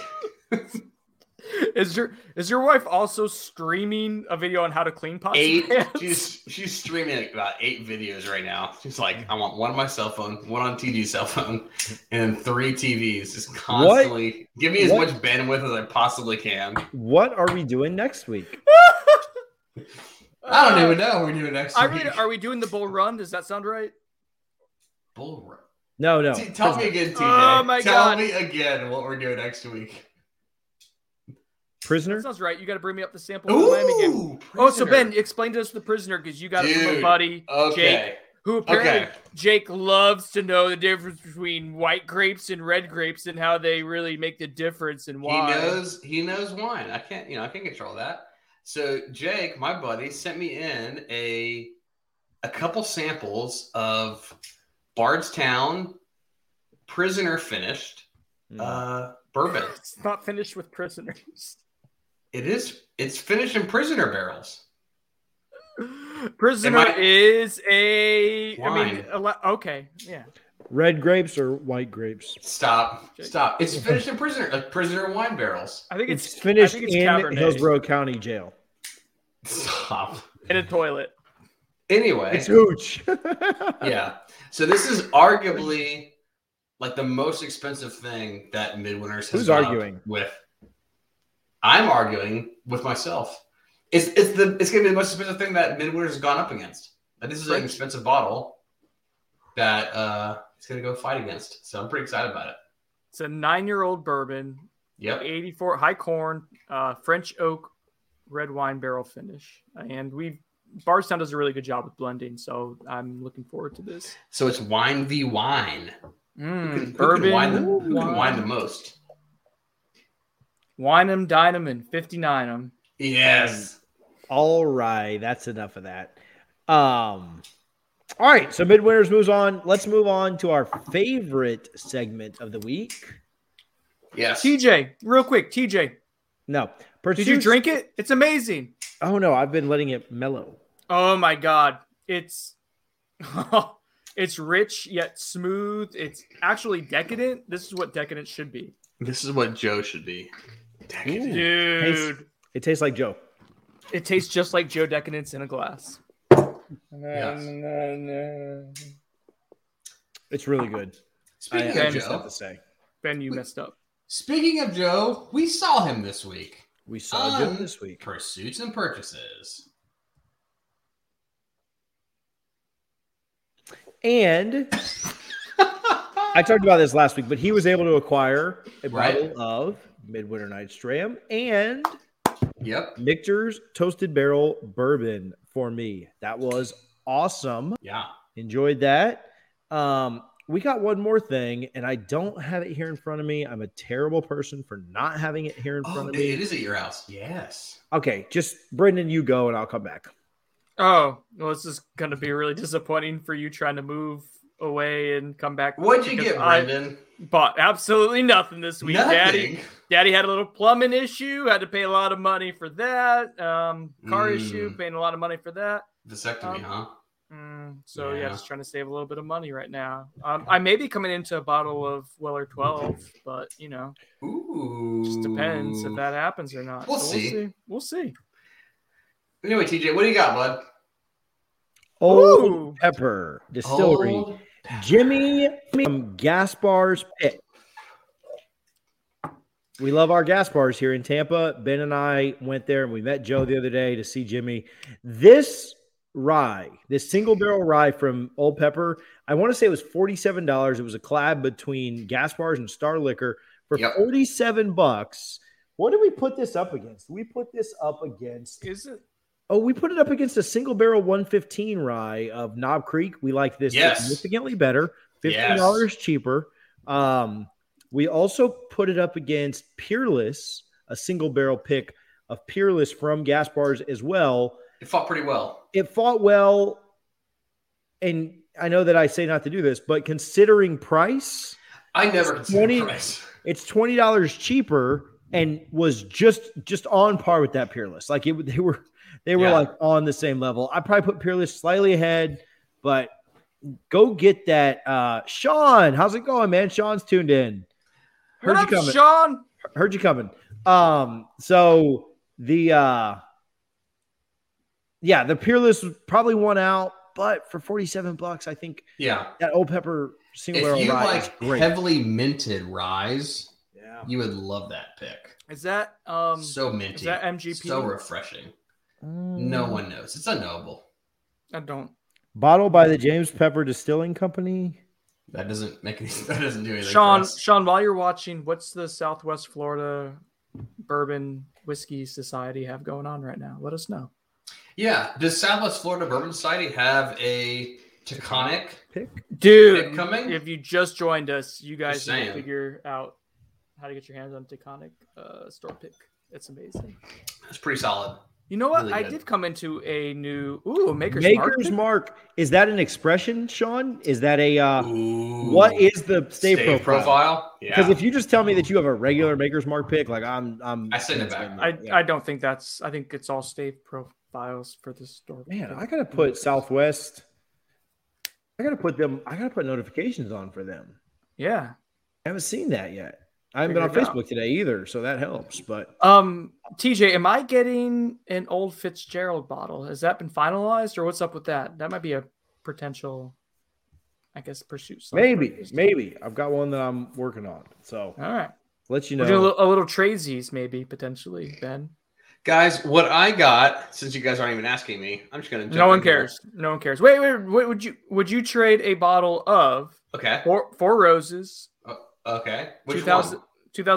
S2: Is your is your wife also streaming a video on how to clean pots? and
S3: Eight.
S2: pans?
S3: She's she's streaming like about eight videos right now. She's like, I want one on my cell phone, one on TG's cell phone, and three TVs. Just constantly give me as
S1: What?
S3: much bandwidth as I possibly
S2: Uh,
S3: can.
S1: What are we doing next week?
S3: I don't even know what we do
S2: [laughs]
S3: next
S2: I
S3: week.
S2: really, are we doing the bull run? Does that sound right?
S3: Bull run.
S1: No,
S2: [laughs]
S1: no.
S3: T- tell me again, TJ.
S2: Oh my
S3: tell
S2: God.
S3: me again what we're doing next week.
S2: That
S1: Prisoner.
S2: sounds right. You got to bring me up the sample of the Miami game.
S3: Ooh,
S2: Oh, so Ben,
S3: prisoner.
S2: explain to us the prisoner because you got it from a
S3: Dude,
S2: buddy, Jake,
S3: Okay.
S2: who apparently
S3: Okay.
S2: Jake loves to know the difference between white grapes and red grapes and how they really make the difference and why.
S3: He knows he knows wine. I can't, you know, I can't control that. So Jake, my buddy, sent me in a a couple samples of Bardstown Prisoner finished
S2: Hmm.
S3: uh, bourbon.
S2: It's not finished with prisoners. [laughs]
S3: It is it's finished in prisoner barrels.
S2: Prisoner
S3: Am I-
S2: is a. I mean,
S3: Wine.
S2: a lot, okay, yeah.
S1: Red grapes or white grapes?
S3: Stop.
S2: Jake.
S3: Stop. It's finished in prisoner like prisoner wine barrels.
S2: I think
S1: It's,
S2: it's,
S1: finished
S2: I think it's
S1: in
S2: Cabernet
S1: Hillsborough County Jail.
S3: Stop.
S2: in a toilet.
S3: Anyway,
S1: It's hooch. [laughs]
S3: yeah. So this is arguably like the most expensive thing that Midwinter's has
S1: Who's
S3: gone up
S1: arguing?
S3: with. I'm arguing with myself. It's it's the it's gonna be the most expensive thing that Midwinter's has gone up against. And this is an
S2: Right.
S3: expensive bottle that uh it's gonna go fight against. So I'm pretty excited about it.
S2: It's a nine-year-old bourbon,
S3: Yep.
S2: 84 high corn, uh, French oak, red wine barrel finish, and we Bardstown does a really good job with blending, so I'm looking forward to this.
S3: So it's wine v wine.
S2: Mm,
S3: Who can- who can
S2: bourbon,
S3: wine the, who can
S2: wine,
S3: wine the most?
S2: wine 'em, dine 'em, and 59 'em.
S3: Yes.
S1: All right, that's enough of that. Um, All right, so midwinters moves on. Let's move on to our favorite segment of the week.
S3: Yes.
S2: TJ, real quick, TJ,
S1: No,
S2: did
S1: pursuits.
S2: you drink it? It's amazing.
S1: Oh no, I've been letting it mellow.
S2: Oh my god, it's [laughs] it's rich yet smooth. It's actually decadent. This is what decadent should be,
S3: This is what Joe should be.
S1: Ooh,
S2: dude.
S1: it tastes like Joe.
S2: It tastes just like Joe Decadence in a glass.
S1: It's really good. I,
S3: Speaking
S1: I
S3: of
S1: just have
S3: Joe,
S1: to say,
S2: Ben, you messed up.
S3: speaking of Joe, we saw him this week.
S1: we saw Joe
S3: Um,
S1: this week.
S3: Pursuits and purchases.
S1: And
S3: [laughs]
S1: I talked about this last week, but he was able to acquire a
S3: Right.
S1: bottle of Midwinter Night's Dram and
S3: Yep.
S1: Michter's Toasted Barrel Bourbon for me. That was awesome.
S3: Yeah.
S1: Enjoyed that. Um, we got one more thing, and I don't have it here in front of me. I'm a terrible person for not having it here in front
S3: Oh,
S1: of
S3: it
S1: me.
S3: it is at your house. Yes.
S1: Okay, just Brendan, you go, and I'll come back.
S2: Oh, well, this is gonna be really disappointing for you trying to move away and come back.
S3: What'd you
S2: because
S3: get,
S2: I
S3: Brendan?
S2: Bought absolutely nothing this week, Daddy.
S3: Nothing.
S2: Daddy had a little plumbing issue, had to pay a lot of money for that. Um, car
S3: Mm.
S2: issue, paying a lot of money for that. Um,
S3: Vasectomy, huh?
S2: Mm, so yeah.
S3: Yeah.
S2: just trying to save a little bit of money right now. Um, I may be coming into a bottle of Weller 12, but you know,
S3: Ooh.
S2: just depends if that happens or not.
S3: We'll
S2: So
S3: see.
S2: We'll see.
S3: Anyway, TJ, what do you got, bud?
S1: Old
S2: Ooh.
S1: Pepper Distillery.
S3: Old-
S1: Jimmy from Gaspar's Pit. We love our Gaspar's here in Tampa. Ben and I went there and we met Joe the other day to see Jimmy. This rye, this single barrel rye from Old Pepper, I want to say it was $47. It was a collab between Gaspar's and Star Liquor for
S3: Yep.
S1: 47 bucks. What did we put this up against? We put this up against
S2: Is it?
S1: Oh, we put it up against a single barrel 115 rye of Knob Creek. We like this
S3: Yes.
S1: significantly better,
S3: Yes.
S1: $15 cheaper. Um, we also put it up against Peerless, a single barrel pick of Peerless from Gas Bars as well.
S3: It fought pretty well.
S1: It fought well. And I know that I say not to do this, but considering price,
S3: I never considered
S1: 20
S3: price. [laughs]
S1: it's twenty dollars cheaper and was just just on par with that Peerless. Like it, they were they were
S3: Yeah.
S1: like on the same level. I probably put Peerless slightly ahead, but go get that. Uh Sean, how's it going, man? Sean's tuned in. Heard
S2: what
S1: you
S2: up,
S1: coming.
S2: Sean?
S1: Heard you coming. Um, so the uh yeah, the Peerless probably won out, but for 47 bucks, I think
S3: Yeah.
S1: that old pepper single
S3: If
S1: barrel
S3: you
S1: rye is
S3: like
S1: great.
S3: heavily minted rise,
S1: yeah.
S3: you would love that pick.
S2: Is that um?
S3: so
S2: is
S3: minty.
S2: that MGP?
S3: So refreshing.
S2: Mm.
S3: No one knows. It's unknowable.
S2: I don't.
S1: Bottled by the James Pepper Distilling Company.
S3: That doesn't make any. [laughs] That doesn't do anything.
S2: Sean,
S3: for us.
S2: Sean, while you're watching, what's the Southwest Florida Bourbon Whiskey Society have going on right now? Let us know.
S3: Yeah. Does Southwest Florida Bourbon Society have a Taconic?
S2: Dude,
S3: It coming?
S2: if you just joined us, you guys
S3: Just
S2: need to
S3: saying.
S2: figure out how to get your hands on Taconic uh, store pick. It's amazing.
S3: That's pretty solid.
S2: You know what?
S3: Really
S2: I
S3: good.
S2: did come into a new ooh Maker's,
S1: Maker's
S2: Mark.
S1: Mark. Is that an expression, Sean? Is that a uh,
S3: Ooh.
S1: what is the stave,
S3: Stave
S1: profile?
S3: Yeah.
S1: Because if you just tell me that you have a regular Maker's Mark pick, like I'm, I'm.
S3: I send it back.
S2: I,
S1: Yeah.
S2: I don't think that's. I think it's all state profiles for the store.
S1: Man,
S2: pick.
S1: I gotta put Southwest. I gotta put them. I gotta put notifications on for them.
S2: yeah.
S1: I haven't seen that yet. I haven't been on
S2: Figure it out.
S1: Facebook today either, so that helps. But
S2: Um, TJ, am I getting an old Fitzgerald bottle? Has that been finalized, or what's up with that? That might be a potential, I guess, pursuit. site for
S1: maybe,
S2: this.
S1: maybe I've got one that I'm working on. So
S2: All right.
S1: let you
S2: We're doing a
S1: know.
S2: little, a little tradesies, maybe potentially. Ben,
S3: Guys, what I got, since you guys aren't even asking me, I'm just gonna. jump
S2: no one
S3: into it.
S2: cares. No one cares. Wait, wait, wait. Would you would you trade a bottle of
S3: Okay.
S2: four four roses,
S3: Okay. Which
S2: 2000
S3: one?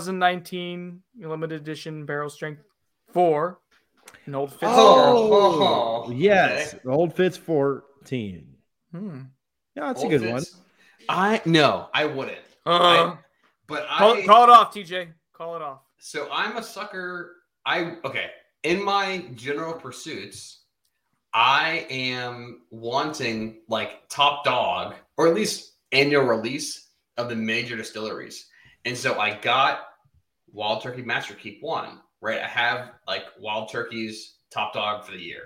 S2: 2019 limited edition barrel strength for an old Fitzgerald?
S3: Oh, okay.
S1: yes, the old fits fourteen.
S3: Oh.
S2: Hmm.
S1: Yeah, that's
S3: Old
S1: a good one.
S3: Fitz? I no, I wouldn't.
S2: Uh,
S3: But I
S2: call, call it off, TJ. Call it off.
S3: so I'm a sucker. I okay. In my general pursuits, I am wanting like top dog or at least annual release of the major distilleries. And so I got Wild Turkey Master Keep One, right? I have like Wild Turkey's top dog for the year.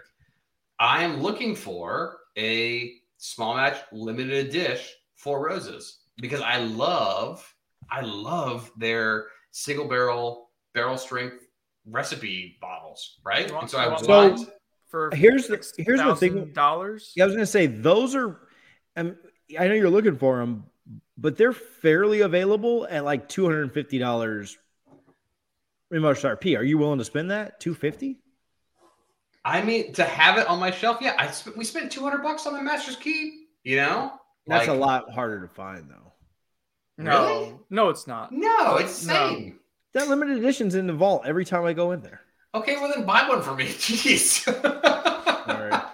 S3: I am looking for a small match limited dish for roses because I love, I love their single barrel, barrel strength recipe bottles, right?
S2: You want-
S3: And so I
S2: you want
S3: want.
S1: So-
S2: for
S1: Here's the- here's the thing-
S2: dollars.
S1: Yeah, I was gonna say those are. Um, I know you're looking for them, but they're fairly available at like two hundred and fifty dollars. MSRP. Are you willing to spend that two fifty?
S3: I mean, to have it on my shelf, yeah. I sp- we spent two hundred bucks on the Master's Key. You know,
S1: That's
S3: Like,
S1: a lot harder to find though.
S2: No,
S3: Really?
S2: no, it's not.
S3: No, it's the
S2: No.
S3: same.
S1: That limited edition's in the vault every time I go in there.
S3: Okay, well then buy one for me. [laughs] Jeez,
S1: right. I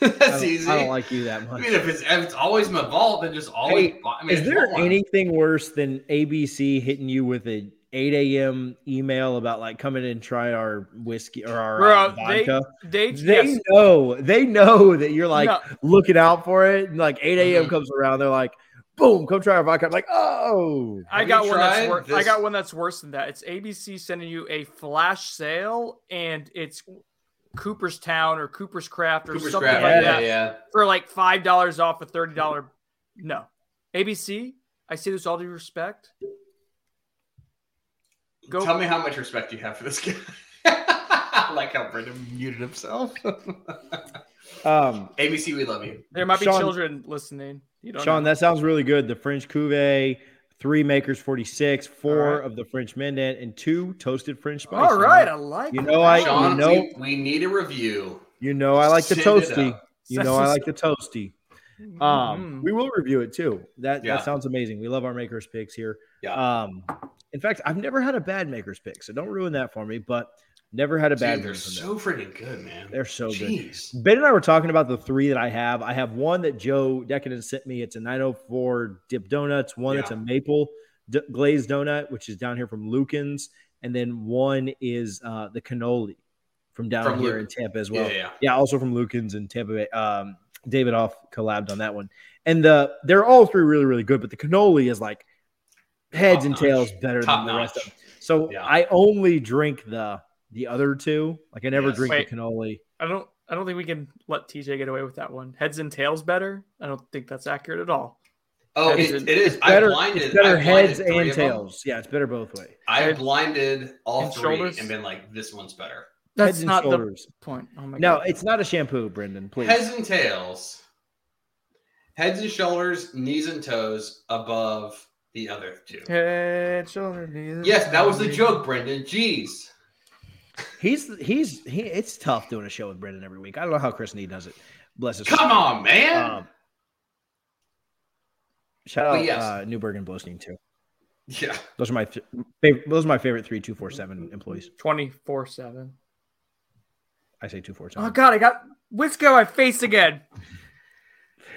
S3: [laughs] that's
S1: don't-
S3: easy.
S1: I don't like you that
S3: I
S1: much.
S3: mean, if it's, if it's always my vault, then just always.
S1: Hey,
S3: buy, I mean,
S1: Is
S3: it's
S1: there
S3: Walmart.
S1: anything worse than ABC hitting you with a 8 a.m. email about like coming and try our whiskey or our uh,
S2: Bro, they-
S1: vodka?
S2: They,
S1: They
S2: yes.
S1: know they know that you're like
S2: No.
S1: looking out for it, and like 8 a.m.
S3: Mhm.
S1: comes around, they're like, "Boom, come try our vodka." I'm like, "Oh,
S2: I
S3: Have
S2: got
S3: you
S2: one that's
S3: tried
S2: worse. I
S3: this-
S2: got one that's worse than that. It's ABC sending you a flash sale, and it's Cooperstown or Cooper's Craft or
S3: Cooper's
S2: something
S3: Craft,
S2: like
S3: yeah,
S2: that
S3: yeah, yeah.
S2: for like five dollars off a thirty dollar. No, ABC. I say this with all due respect. Go-
S3: Tell me how much respect you have for this guy. [laughs] I like how Brendan muted himself. [laughs]
S1: um,
S3: ABC, we love you.
S2: There might be
S1: Sean-
S2: children listening. You don't
S1: Sean,
S2: know.
S1: that sounds really good." The French cuvee, three makers 46, four
S2: All right.
S1: of the French Mendant, and two toasted French spice.
S2: all right. I like.
S1: You
S2: it.
S1: know I- you
S3: Sean,
S1: know-
S3: we, we need a review.
S1: you know I like the
S3: Send it
S1: toasty.
S3: up.
S1: You
S3: [laughs]
S1: know I like
S2: [laughs]
S1: the toasty. Um,
S2: Mm.
S1: we will review it too. That
S3: Yeah.
S1: that sounds amazing. We love our makers picks here.
S3: Yeah.
S1: Um, in fact, I've never had a bad makers pick, so don't ruin that for me. But never had a bad.
S3: Dude, they're
S1: one from them.
S3: so freaking good, man.
S1: They're so good.
S3: Jeez.
S1: Ben and I were talking about the three that I have. I have one that Joe Decadent sent me. It's a 904 dip donuts. One that's a
S3: Yeah.
S1: maple d- glazed donut, which is down here from Lucan's, and then one is uh, the cannoli from down
S3: From
S1: here
S3: Lucan.
S1: in Tampa as well.
S3: Yeah, yeah.
S1: Yeah, also from Lukens and Tampa Bay. Um, David Off collabed on that one, and the they're all three really really good, but the cannoli is like heads and
S3: Top
S1: tails
S3: notch.
S1: better
S3: Top
S1: than the rest of
S3: notch.
S1: them. So
S3: Yeah.
S1: I only drink the the other two. Like I never
S3: Yes.
S1: drink
S2: Wait.
S1: the cannoli.
S2: I don't. I don't think we can let TJ get away with that one. Heads and tails better. I don't think that's accurate at all.
S3: Oh,
S2: That
S3: it,
S2: is-
S3: it is. I
S1: Better,
S3: blinded.
S1: it's better
S3: I blinded
S1: heads
S3: three
S1: and
S3: of them.
S1: tails. Yeah, it's better both way.
S3: I
S2: Heads
S3: blinded all
S2: and
S3: three
S2: shoulders.
S3: and been like, this one's better.
S2: That's
S1: heads
S2: not
S1: and
S2: the
S1: shoulders.
S2: point. Oh my
S1: No,
S2: God.
S1: it's not a shampoo, Brendan. Please.
S3: Heads and tails, heads and shoulders, knees and toes above the other two.
S2: Head, shoulder, knees.
S3: Yes, that was the
S2: knees.
S3: joke, Brendan. Jeez.
S1: he's he's he. It's tough doing a show with Brendan every week. I don't know how Chris Nee does it. Bless his.
S3: Come on, man.
S1: Um, shout
S3: But
S1: out
S3: Oh, yes.
S1: uh, Newberg and Blostein too.
S3: yeah.
S1: Those are my th- favorite. Those are my favorite three two four seven employees.
S2: 24 7.
S1: I say two four seven.
S2: Oh, God, I got whiskey on my face again.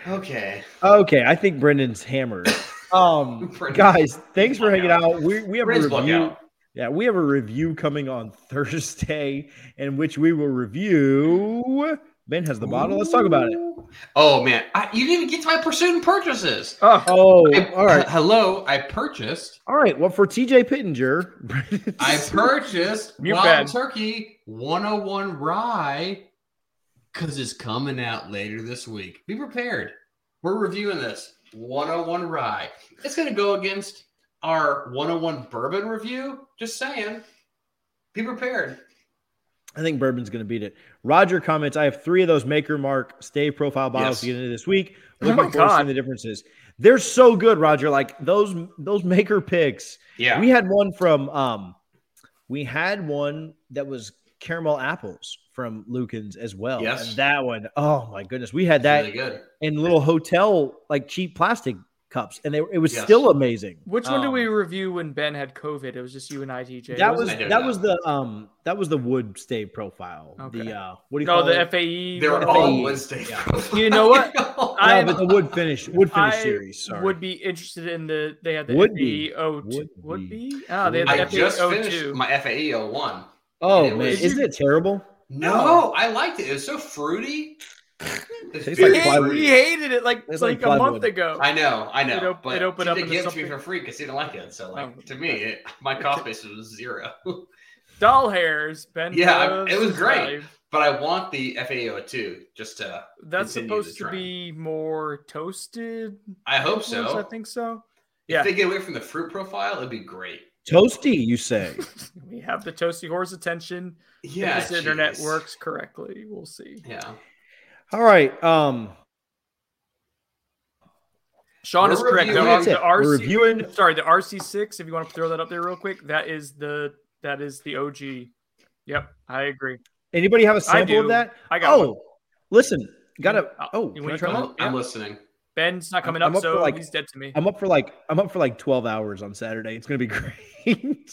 S3: Okay.
S1: Okay, I think Brendan's
S3: [laughs]
S1: hammered. Um,
S3: Brendan's-
S1: guys, thanks for hanging
S3: out.
S1: out. We we have
S3: Friends
S1: a
S3: block
S1: review.
S3: out.
S1: Yeah, we have a review coming on [laughs] Thursday in which we will review. Ben has the bottle. Let's talk about it.
S3: Ooh. Oh man, I, you didn't even get to my pursuit and purchases.
S2: Oh,
S1: Oh,
S3: I-
S1: all right,
S3: Hello, I purchased.
S1: [laughs] all right. Well, for TJ Pittenger, [laughs] Brendan's-
S3: I purchased
S2: You
S3: Wild
S2: bet.
S3: Turkey 101 Rye because it's coming out later this week. Be prepared. We're reviewing this 101 Rye. It's going to go against our 101 Bourbon review. Just saying. Be prepared.
S1: I think bourbon's going to beat it. Roger comments, I have three of those Maker Mark stay profile bottles
S3: Yes.
S1: to get into this week.
S2: Oh
S1: Looking
S2: my
S1: forward to seeing
S2: God.
S1: the differences. They're so good, Roger. Like those those Maker picks.
S3: Yeah.
S1: We had one from um we had one that was caramel apples from Lukens as well.
S3: Yes.
S1: And that one, oh my goodness. We had
S3: It's
S1: that
S3: really good.
S1: in little hotel like cheap plastic cups and they it was
S3: Yes.
S1: still amazing.
S2: which one did
S1: Um,
S2: we review when Ben had COVID? It was just you and I, TJ.
S1: that was
S2: wasn't
S3: I
S1: that,
S3: did
S1: was the um that was the wood stay profile.
S2: Okay.
S1: The uh what do you
S2: it? No,
S1: call
S2: the E
S1: it?
S2: FAE.
S3: They're
S2: one-
S3: all
S1: they-
S3: Wednesday.
S1: yeah.
S3: [laughs]
S2: You know what?
S1: No,
S2: I'm-
S1: but the wood finish, wood finish
S2: I
S1: series. Sorry,
S2: Would be interested in the. They had the
S1: Would
S2: FAE
S1: be.
S2: 02.
S1: Would
S2: Would,
S1: be.
S2: be? Ah, they
S1: Would
S3: I
S2: had
S1: be.
S2: the E
S3: just
S2: FAE
S3: finished
S2: 02.
S3: my FAE 01.
S1: oh
S3: it
S1: man,
S3: was-
S1: isn't it terrible?
S3: No, I liked it. It was so fruity. It's
S1: Tastes
S2: He,
S1: like
S3: very
S1: plywood.
S2: he hated it like
S1: It's
S2: like,
S1: like
S2: a month
S1: plywood.
S2: ago.
S3: I know, I know.
S2: It op-
S3: but
S2: it opened
S3: he
S2: up into
S3: didn't give it to me
S2: something-
S3: for free because he didn't like it. So, like
S2: Oh.
S3: to me, it, my cost basis was zero. [laughs]
S2: Doll hairs, Ben.
S3: Yeah, I-
S2: Loves
S3: it was
S2: his
S3: great.
S2: life.
S3: but I want the FAO two just to.
S2: That's
S3: Continue the
S2: supposed to
S3: trend.
S2: be more toasted.
S3: I hope
S2: ones,
S3: so.
S2: I think so.
S3: If they get away from the fruit profile, it'd be great.
S1: Toasty, you
S3: [laughs]
S1: say?
S2: We have the toasty horse attention.
S3: Yeah,
S2: if this internet
S3: jeez.
S2: works correctly. We'll see.
S3: Yeah,
S1: All right. Um,
S2: Sean
S3: We're
S2: is correct. The,
S3: reviewing-
S2: R- the
S1: That's it. We're
S2: RC,
S1: reviewing-
S2: Sorry, the RC6. If you want to throw that up there real quick, that is the that is the OG. Yep, I agree.
S1: anybody have a sample
S2: do.
S1: of that?
S2: I got
S1: Oh, listen, gotta.
S2: Uh,
S1: Oh,
S2: you
S1: can
S2: wanna
S1: I try
S2: come
S1: that?
S2: up?
S3: I'm, I'm listening.
S2: Ben's not coming
S1: I'm
S2: up,
S1: up for,
S2: so
S1: like-
S2: he's dead to me.
S1: I'm up for like I'm up for like 12 hours on Saturday. It's gonna be [laughs] great.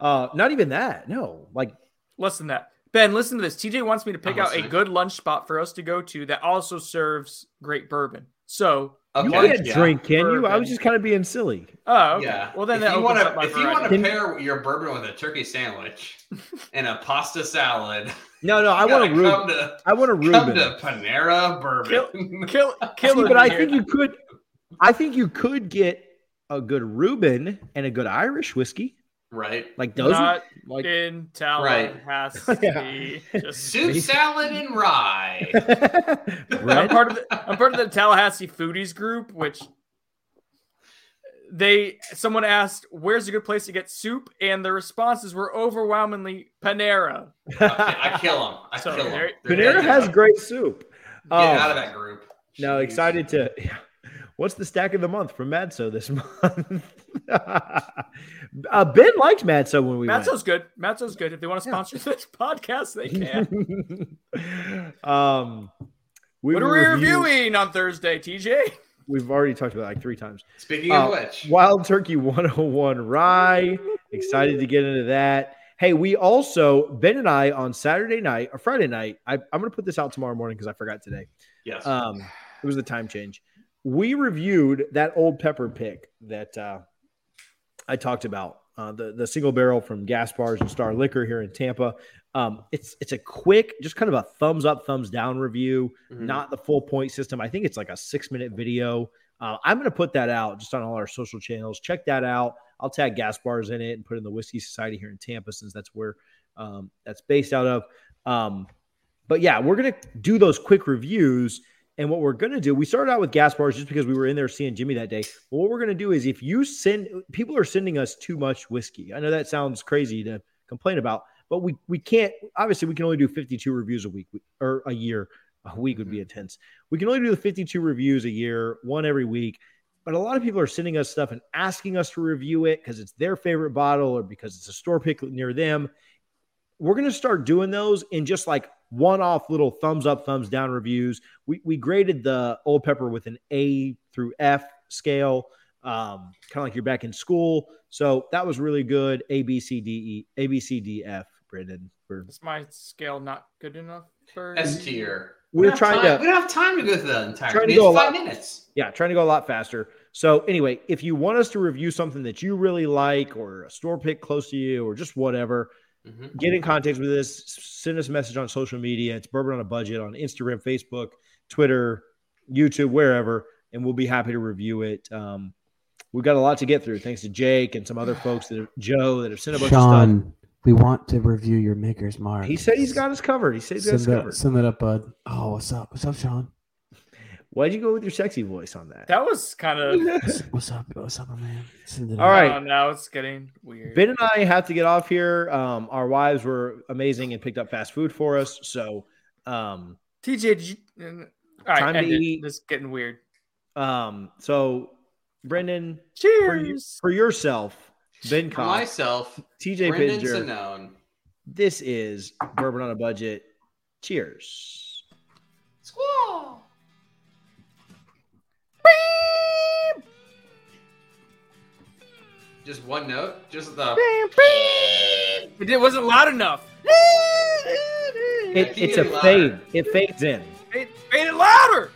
S1: uh, not even that. No, like
S2: Less than that. Ben, listen to this. TJ wants me to pick
S3: I'm
S2: out a
S3: listening.
S2: good lunch spot for us to go to that also serves great bourbon. So,
S1: you
S3: Okay,
S1: can't
S3: yeah.
S1: drink, can you? I
S2: Bourbon.
S1: was just kind of being silly.
S2: oh, okay.
S3: Yeah.
S2: Well, then
S3: if
S2: that
S3: you
S2: opens
S3: want
S2: up
S3: to
S2: my
S3: if you
S1: [laughs]
S3: want
S2: variety.
S3: to pair your bourbon with a turkey sandwich
S2: [laughs]
S3: and a pasta salad,
S1: No, no, I want
S3: you gotta
S1: a Reuben.
S3: come to
S1: I want a
S3: come
S1: Reuben.
S3: to Panera Bourbon.
S2: kill, kill
S1: See,
S2: it
S1: but I
S2: here.
S1: think you could. I think you could get a good Reuben and a good Irish whiskey.
S3: [laughs] right.
S1: Like those,
S2: not
S1: like
S2: in Tallahassee. Just
S3: Soup, salad, and rye.
S1: [laughs]
S2: I'm [laughs]
S1: bread.
S2: part of the I'm part of the Tallahassee foodies group, which they someone asked where's a good place to get soup, and the responses were overwhelmingly Panera.
S3: I kill them. I
S2: So
S3: kill them.
S2: there-
S1: Panera has great soup.
S3: Get
S1: Um,
S3: out of that group.
S1: No,
S3: Jeez.
S1: excited to. [laughs] What's the stack of the month from Madso this [laughs] month? uh, ben liked Madso when we
S2: Matzo's good. Matzo's good. If they want to
S1: Yeah.
S2: sponsor this [laughs] podcast, they can.
S1: went. [laughs] um, [laughs] we
S2: what are
S1: will
S2: we
S1: review-
S2: reviewing on Thursday, TJ?
S1: We've already talked about it like three times.
S3: Speaking
S1: Uh,
S3: of which,
S1: Wild Turkey 101 Rye. Excited to get into that. Hey, we also, Ben and I on Saturday night or Friday night, I, I'm going to put this out tomorrow morning because I forgot today.
S3: yes,
S1: Um, it was the time change. We reviewed that old pepper pick that uh, I talked about, uh, the the single barrel from Gas Bars and Star Liquor here in Tampa. Um, it's it's a quick, just kind of a thumbs up, thumbs down review,
S3: Mhm.
S1: not the full point system. I think it's like a six minute video. Uh, I'm going to put that out just on all our social channels. Check that out. I'll tag Gas Bars in it and put in the Whiskey Society here in Tampa since that's where um, that's based out of. Um, but yeah, we're gonna do those quick reviews. And what we're gonna do, we started out with gas bars just because we were in there seeing Jimmy that day. But what we're gonna do is if you send people are sending us too much whiskey. I know that sounds crazy to complain about, but we we can't obviously we can only do 52 reviews a week or a year. A week would be intense. We can only do the 52 reviews a year, one every week. But a lot of people are sending us stuff and asking us to review it because it's their favorite bottle or because it's a store pick near them we're going to start doing those in just like one off little thumbs up, thumbs down reviews. We, we graded the Old Pepper with an A through F scale, um, kind of like you're back in school. So that was really good. A, B, C, D, E, A, B, C, D, F, Brendan. We're,
S2: Is my scale not good enough for
S3: S tier.
S1: we're trying
S3: time,
S1: to.
S3: We don't have time to go through the entire.
S1: Trying to
S3: it's
S1: go a
S3: five
S1: lot-
S3: minutes.
S1: Yeah, trying to go a lot faster. So anyway, if you want us to review something that you really like or a store pick close to you or just whatever,
S3: Mhm.
S1: get in contact with us. Send us a message on social media. It's Bourbon on a Budget on Instagram, Facebook, Twitter, YouTube, wherever, and we'll be happy to review it. Um, we've got a lot to get through, thanks to Jake and some other folks that have, Joe that have sent a bunch of
S4: Sean, we want to review your maker's mark.
S1: stuff. He said he's got us covered. He said he's got us
S4: Send that,
S1: covered.
S4: send that up, bud. Oh, what's up? What's up, Sean?
S1: Why'd you go with your sexy voice on that?
S2: That was
S1: [laughs]
S2: kind of
S4: What's, what's up? What's up, my man? Send it
S1: All
S4: up.
S1: right.
S2: Oh, now it's getting weird.
S1: Ben and I have to get off here. Um, our wives were amazing and picked up fast food for us. So, um,
S2: TJ, did you? mm, All right,
S1: Time to
S2: end it.
S1: eat.
S2: This is getting weird.
S1: um, so Brendan, for, you,
S2: Cheers.
S1: for yourself, Ben
S3: For
S1: Cox,
S3: myself,
S1: TJ
S3: Brendan
S1: Pinger.
S3: Sinone.
S1: This is Bourbon on a Budget. Cheers.
S3: Squall. Just one note. Just the.
S2: It wasn't loud enough.
S1: It,
S3: can
S1: it's
S3: hear
S1: a
S3: you
S1: fade.
S3: louder.
S1: It fades in.
S2: Made, made it louder.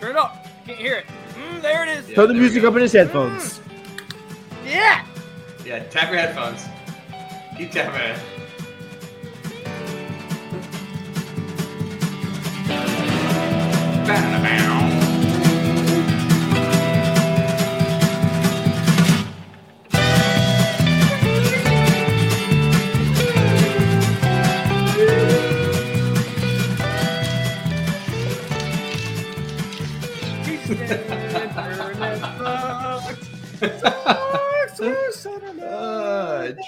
S2: Turn it up. Can't hear it. Mm, there it is.
S3: Yeah,
S1: Throw the
S3: there we
S1: music
S3: go.
S1: up in his headphones.
S2: Yeah.
S3: Yeah, tap your headphones. Keep tapping it.
S2: [laughs] Ah, gee.